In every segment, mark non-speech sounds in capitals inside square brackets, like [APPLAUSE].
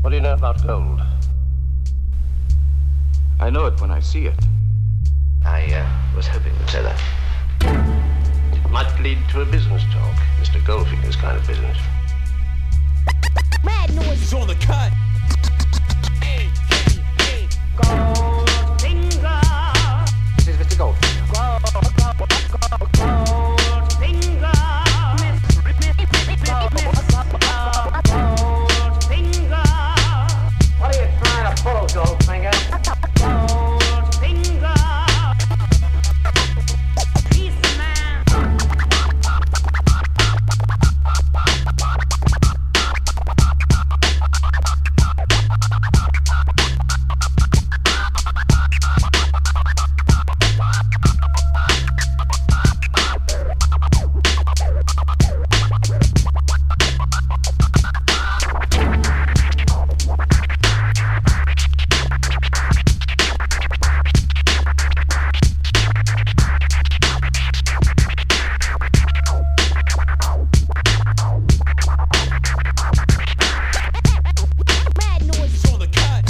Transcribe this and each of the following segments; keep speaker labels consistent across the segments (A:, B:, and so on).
A: What do you know about gold?
B: I know it when I see it.
A: I uh, was hoping you'd say that. It might lead to a business talk, Mr. Goldfinger's kind of business.
C: Mad noise.
D: It's on the cut.
E: This is Mr. Goldfinger.
F: What are you trying to pull, Goldfinger?
C: Mad noise.
D: It's on the cut.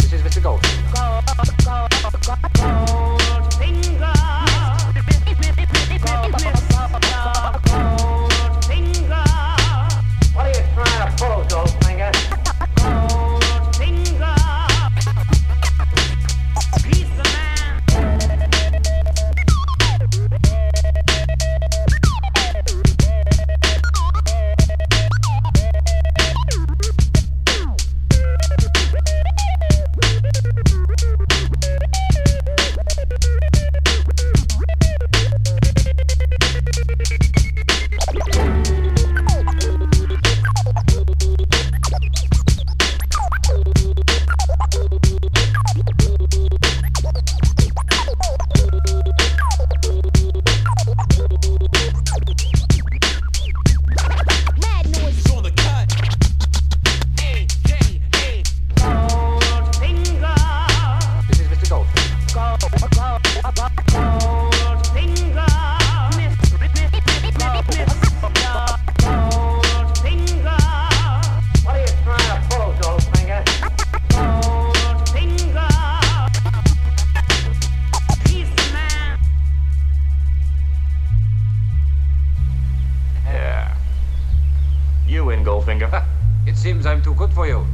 E: This is Mr. Goldfinger.
F: What are you trying to pull, Goldfinger?
C: Mad noise.
D: It's on the cut.
E: This is Mr. Goldfinger.
F: What are you trying to pull, Goldfinger?
B: Yeah. You in, Goldfinger. [LAUGHS]
E: It seems I'm too good for you.